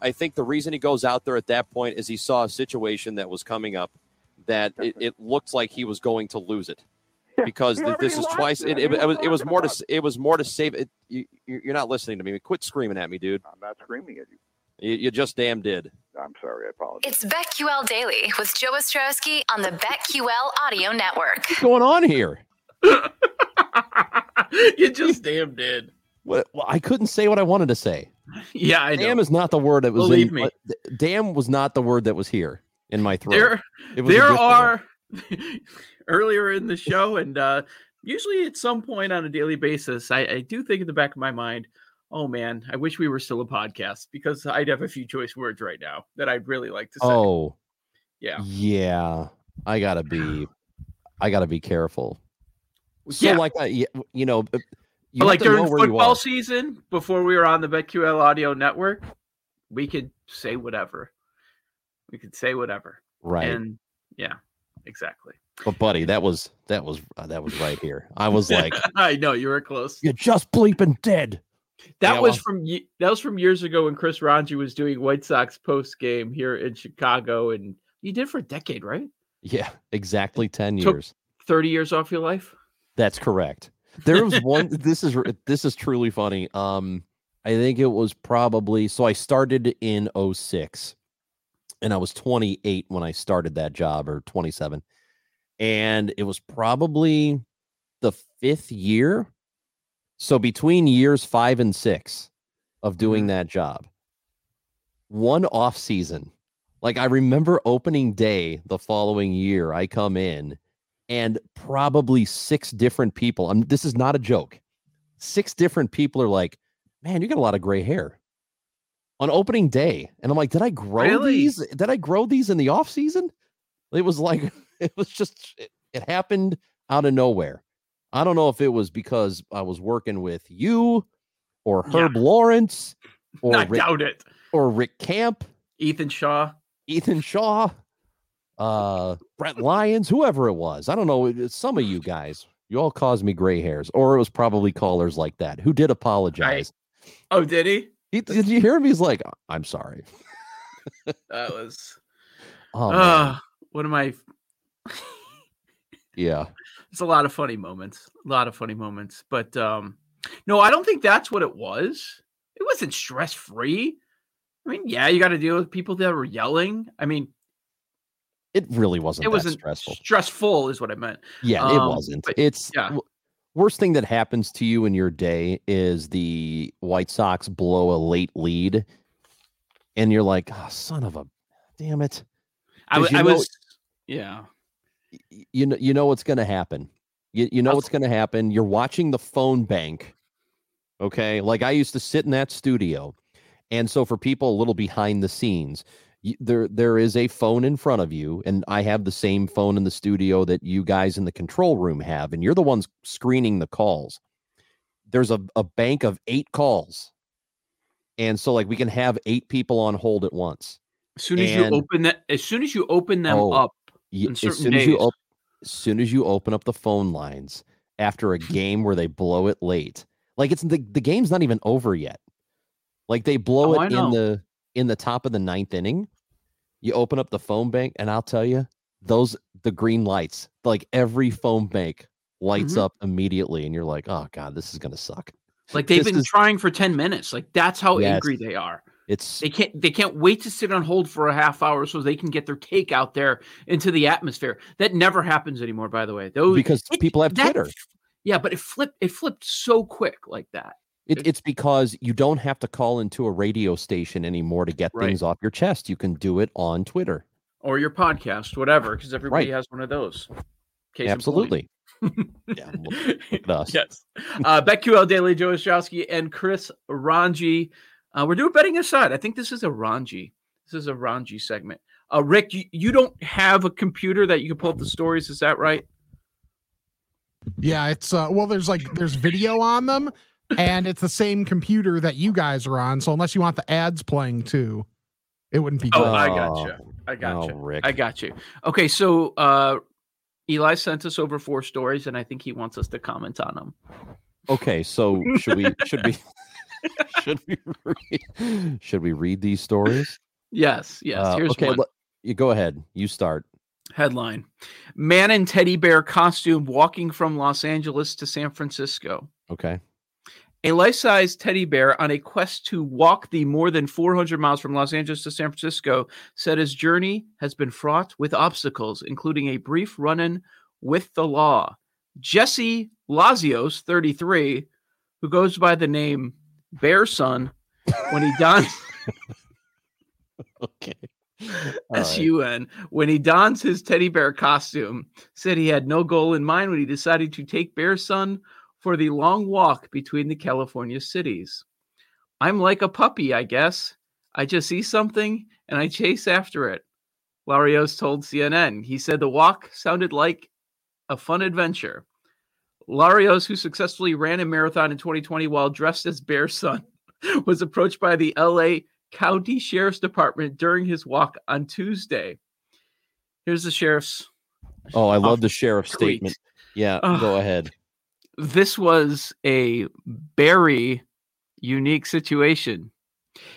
I think the reason he goes out there at that point is he saw a situation that was coming up that it, it looked like he was going to lose it Yeah, because we th- this already is lost twice. It, it, it. We it was it was talked more to about s- it was more to save it. You, you- you're not listening to me. Quit screaming at me, dude. I'm not screaming at you. You, you just damn did. I'm sorry. I apologize. It's BetQL Daily with Joe Ostrowski on the BetQL Audio Network. What's going on here? you just damn did. What, well, I couldn't say what I wanted to say. Yeah, I know. Damn is not the word that was. Believe in, me. uh, d- damn was not the word that was here in my throat. there, It was a there different word. are earlier in the show, and uh, usually at some point on a daily basis, I, I do think in the back of my mind, "Oh man, I wish we were still a podcast because I'd have a few choice words right now that I'd really like to say." Oh, Yeah. yeah. I gotta be, I gotta be careful. So yeah. like, I- y- you know, uh, you But have like to know during where you football are. season, before we were on the BetQL Audio Network, we could say whatever. We could say whatever, right? and yeah, exactly. But buddy, that was that was uh, that was right here. I was like, I know you were close. you're just bleeping dead. That Yeah, was well- from ye- that was from years ago when Chris Ranji was doing White Sox post game here in Chicago, and you did for a decade, right? Yeah, exactly ten Took- years. Thirty years off your life. That's correct. There was one. this is r- this is truly funny. Um, I think it was probably so. I started in 06 and I was 28 when I started that job, or 27, and it was probably the fifth year. So between years five and six of doing that job, one off season. Like I remember opening day the following year, I come in and probably six different people. And this is not a joke. Six different people are like, "Man, you got a lot of gray hair." On opening day, and I'm like, "Did I grow Really? these? Did I grow these in the off season?" It was like it was just it, it happened out of nowhere. I don't know if it was because I was working with you or Yeah. Herb Lawrence or I Rick, doubt it. or Rick Camp, Ethan Shaw. Ethan Shaw, uh, Brett Lyons, whoever it was. I don't know. it- it's Some of you guys, you all caused me gray hairs, or it was probably callers like that who did apologize. Oh, did he? He, did you hear him? He's like, I'm sorry. That was. Oh, Oh, man, one of my. yeah. It's a lot of funny moments. A lot of funny moments, but um, no, I don't think that's what it was. It wasn't stress free. I mean, yeah, you got to deal with people that were yelling. I mean, It really wasn't it that wasn't stressful. Stressful is what I meant. Yeah, it Um, wasn't. but- It's yeah. w- worst thing that happens to you in your day is the White Sox blow a late lead, and you're like, oh, son of a, damn it. I, 'Cause w- you I know- was. Yeah. y- you know you know what's going to happen you, you know I'll- what's going to happen you're watching the phone bank okay like i used to sit in that studio and so for people a little behind the scenes y- there there is a phone in front of you and i have the same phone in the studio that you guys in the control room have and you're the ones screening the calls there's a, a bank of eight calls and so like we can have eight people on hold at once As soon as And- you open that, as soon as you open them Oh. up, Ye- on as certain soon as you days. op- as soon as you open up the phone lines after a game where they blow it late like it's the, the game's not even over yet like they blow Oh, I it in know. the in the top of the ninth inning you open up the phone bank and i'll tell you those the green lights like every phone bank lights Mhm. up immediately and you're like oh god this is gonna suck like they've This been is- trying for ten minutes, like that's how Yes. angry they are. it's They can't they can't wait to sit on hold for a half hour so they can get their take out there into the atmosphere. That never happens anymore, by the way. Those because it- people have that- twitter Yeah, but it flipped it flipped so quick like that. It, it's because you don't have to call into a radio station anymore to get Right. things off your chest. You can do it on Twitter. Or your podcast, whatever, because everybody Right. has one of those. Case in point. Absolutely. yeah. well, look at us. Yes. Uh, BetQL Daily, Joe Ostrowski and Chris Ranji. Uh, we're doing betting aside. I think this is a Ranji. This is a Ranji segment. Uh, Rick, you, you don't have a computer that you can pull up the stories. Is that right? Yeah, it's uh well there's like there's video on them and it's the same computer that you guys are on, so unless you want the ads playing too, it wouldn't be good. Oh, I gotcha. I got Oh, you. Rick. I got you. Okay, so uh, Eli sent us over four stories, and I think he wants us to comment on them. Okay, so should we should we should we read, should we read these stories? Yes, yes. Uh, here's okay, one. le- you go ahead. You start. Headline Man in teddy bear costume walking from Los Angeles to San Francisco. Okay. A life size teddy bear on a quest to walk the more than 400 miles from Los Angeles to San Francisco said his journey has been fraught with obstacles, including a brief run in with the law. Jesse Lazios, 33, who goes by the name Bear Son, when he dons. Okay. S U N, when he dons his teddy bear costume, said he had no goal in mind when he decided to take Bear Son for the long walk between the California cities. I'm like a puppy, I guess. I just see something and I chase after it. Larios told CNN. He said the walk sounded like a fun adventure. Larios, who successfully ran a marathon in 2020 while dressed as Bear Son, was approached by the LA County Sheriff's Department during his walk on Tuesday. Here's the sheriff's Oh, I off love the sheriff's tweet. statement. Yeah, Ugh. go ahead. This was a very unique situation.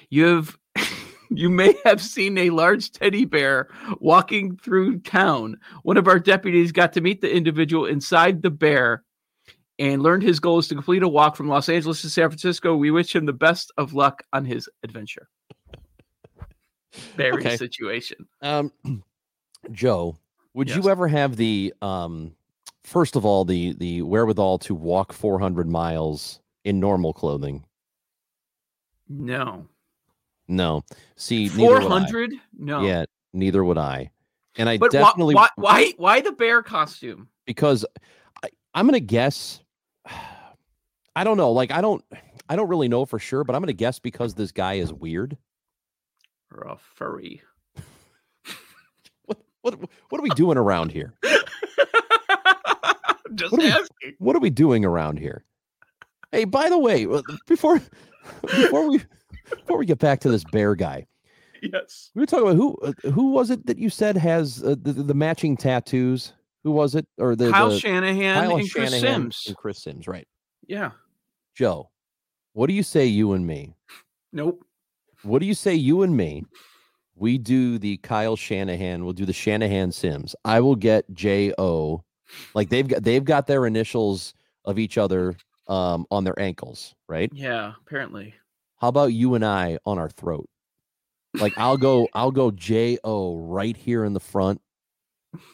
You have you may have seen a large teddy bear walking through town. One of our deputies got to meet the individual inside the bear and learned his goal is to complete a walk from Los Angeles to San Francisco. We wish him the best of luck on his adventure. Berry Okay. situation. Um, Joe, would Yes. you ever have the um, first of all the the wherewithal to walk 400 miles in normal clothing? No. No. See, neither would I. 400? No. Yeah, neither would I. And I But why- definitely why, why why the bear costume? because I, I'm gonna guess. I don't know. Like I don't, I don't really know for sure, but I'm gonna guess because this guy is weird. Or a furry. What what what are we doing around here? Just What do we- asking. What are we doing around here? Hey, by the way, uh, before before we before we get back to this bear guy, Yes. we were talking about who uh, who was it that you said has uh, the, the matching tattoos? Who was it? Or the Kyle the- Shanahan Kyle and Chris Shanahan Sims. and Chris Sims, right? Yeah. Joe, what do you say? You and me. Nope. What do you say, you and me? We do the Kyle Shanahan. We'll do the Shanahan Sims. I will get J O, like they've got they've got their initials of each other um, on their ankles, right? Yeah, apparently. How about you and I on our throat? Like I'll go I'll go J O right here in the front,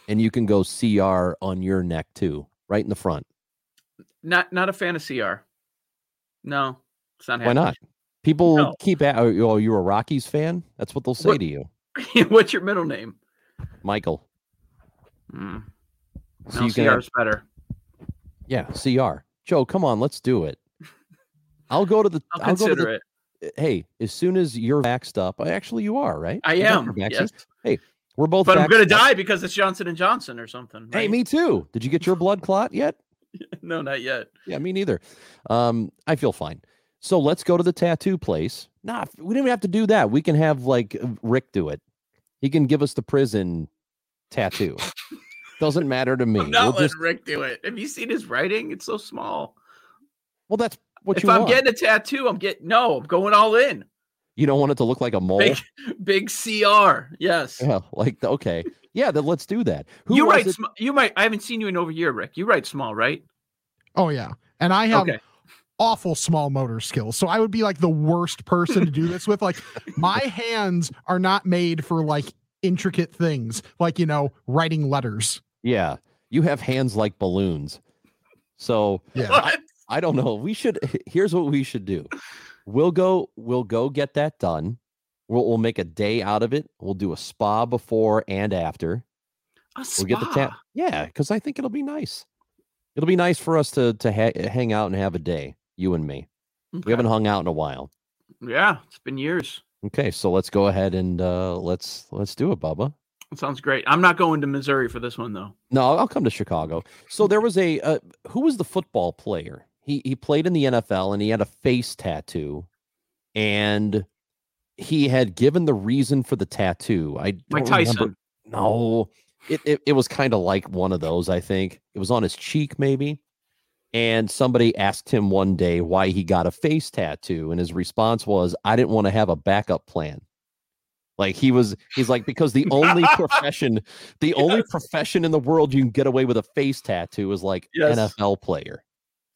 and you can go C R on your neck too, right in the front. Not not a fantasy R. No. It's not Why happening. not? People No. keep at oh you're a Rockies fan. That's what they'll say What- to you, What's your middle name? Michael. Mm. So no, you can CR is better. Yeah, CR. Joe, come on, let's do it. I'll go to the. I'll, I'll, go consider to it. the, Hey, as soon as you're vaxxed up, I- actually you are right. I You got am. your vaccine. Yes. We're both. But I'm vaxxed gonna up. die because it's Johnson and Johnson or something. Hey, right? me too. Did you get your blood clot yet? No, not yet. Yeah, me neither. Um, I feel fine. So let's go to the tattoo place. Nah, we didn't have to do that. We can have like Rick do it. He can give us the prison tattoo. Doesn't matter to me. I'm not We'll letting just- Rick do it. Have you seen his writing? It's so small. well, that's what if you I'm want. getting a tattoo, I'm getting no, I'm going all in. you don't want it to look like a mole. Big, big CR. Yes. Yeah, like the- okay, yeah. Then let's do that. Who you was write it- sm- you might I haven't seen you in over a year, Rick. You write small, right? Oh yeah, and I have Okay. awful small motor skills, so I would be like the worst person to do this with. Like my hands are not made for like intricate things, like you know writing letters. Yeah, you have hands like balloons. So Yeah, What? I don't know. We should. Here's what we should do. We'll go. We'll go get that done. We'll, we'll make a day out of it. We'll do a spa before and after. A We'll get the tap. spa. Yeah, because I think it'll be nice. It'll be nice for us to to ha- hang out and have a day, you and me. Okay. We haven't hung out in a while. Yeah, it's been years. Okay, so let's go ahead and uh, let's let's do it, Bubba. That sounds great. I'm not going to Missouri for this one though. No, I'll come to Chicago. So there was a uh, who was the football player? He he played in the NFL and he had a face tattoo, and he had given the reason for the tattoo. I don't Mike remember- Tyson. No, it it, it was kind of like one of those. I think it was on his cheek, maybe. And somebody asked him one day why he got a face tattoo. And his response was, I didn't want to have a backup plan. Like he was, he's like, because the only profession, the only Yes. profession in the world you can get away with a face tattoo is like Yes. NFL player.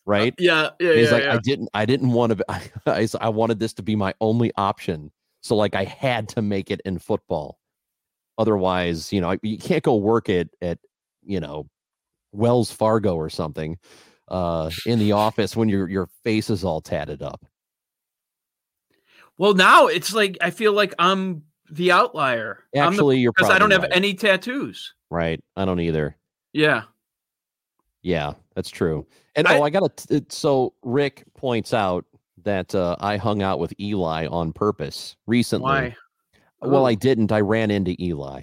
Right. Yeah, yeah, And yeah. he's like, yeah. I didn't, I didn't want to. Be, I, s- I wanted this to be my only option. So like, I had to make it in football. Otherwise, you know, I, you can't go work at at you know Wells Fargo or something uh in the office when your your face is all tatted up. well, now it's like I feel like I'm the outlier. I'm the Actually, you're because probably I don't have right, any tattoos. right. I don't either. Yeah. Yeah, that's true. And I- oh, I got to. So Rick points out that uh, I hung out with Eli on purpose recently. Why? Well, Oh. I didn't. I ran into Eli.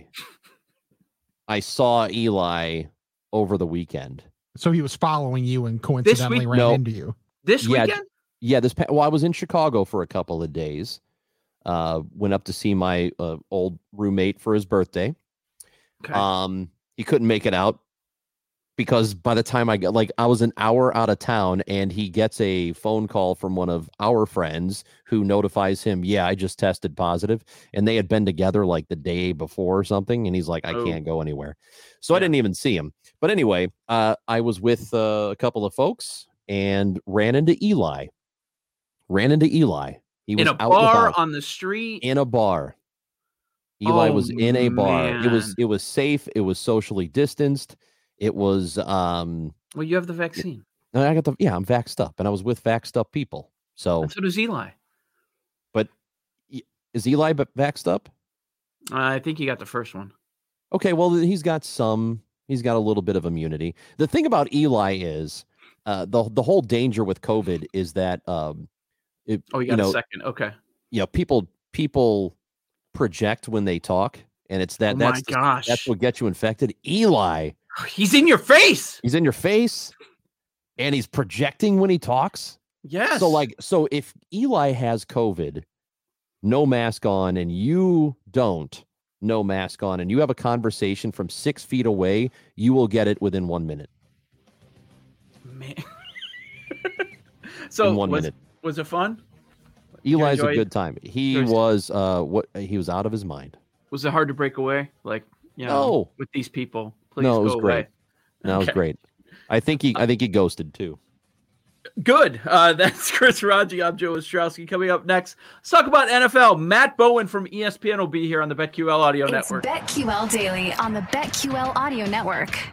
I saw Eli over the weekend. So he was following you and coincidentally ran No. into you. This Yeah, weekend? Yeah, this pa- well, I was in Chicago for a couple of days. Uh, went up to see my uh, old roommate for his birthday. Okay. Um, he couldn't make it out because by the time I got like I was an hour out of town, and he gets a phone call from one of our friends who notifies him, "Yeah, I just tested positive," and they had been together like the day before or something, and he's like, "I Oh. can't go anywhere," so I Yeah. didn't even see him. But anyway, uh, I was with uh, a couple of folks and ran into Eli. Ran into Eli. He was in a out and bar about on the street. in a bar. Eli Oh, was in a bar. It was man. it was safe. It was socially distanced. It was um Well, you have the vaccine. and I got the yeah, I'm vaxxed up and I was with vaxxed up people. So And so does Eli. is Eli b- vaxxed up? I think he got the first one. Okay, well th- he's got some he's got a little bit of immunity. The thing about Eli is uh the the whole danger with COVID is that um it, Oh, you you got know, a second. Okay. you know people people project when they talk and it's that oh my that's the- gosh. that's what gets you infected. Eli He's in your face. he's in your face and he's projecting when he talks Yes. so like so if eli has covid no mask on and you don't no mask on and you have a conversation from six feet away you will get it within one minute Man. so in one was, minute was it fun? eli's a enjoyed- good time he enjoyed- was uh what he was out of his mind Was it hard to break away? Like, you know, No. with these people. Please No, it go was great. away. that was Okay. Uh, great i think he i think he ghosted too Good. Uh, that's Chris Raji. I'm Joe Ostrowski. Coming up next, let's talk about NFL. Matt Bowen from E ESPN will be here on the BetQL Audio It's Network. BetQL Daily on the BetQL Audio Network.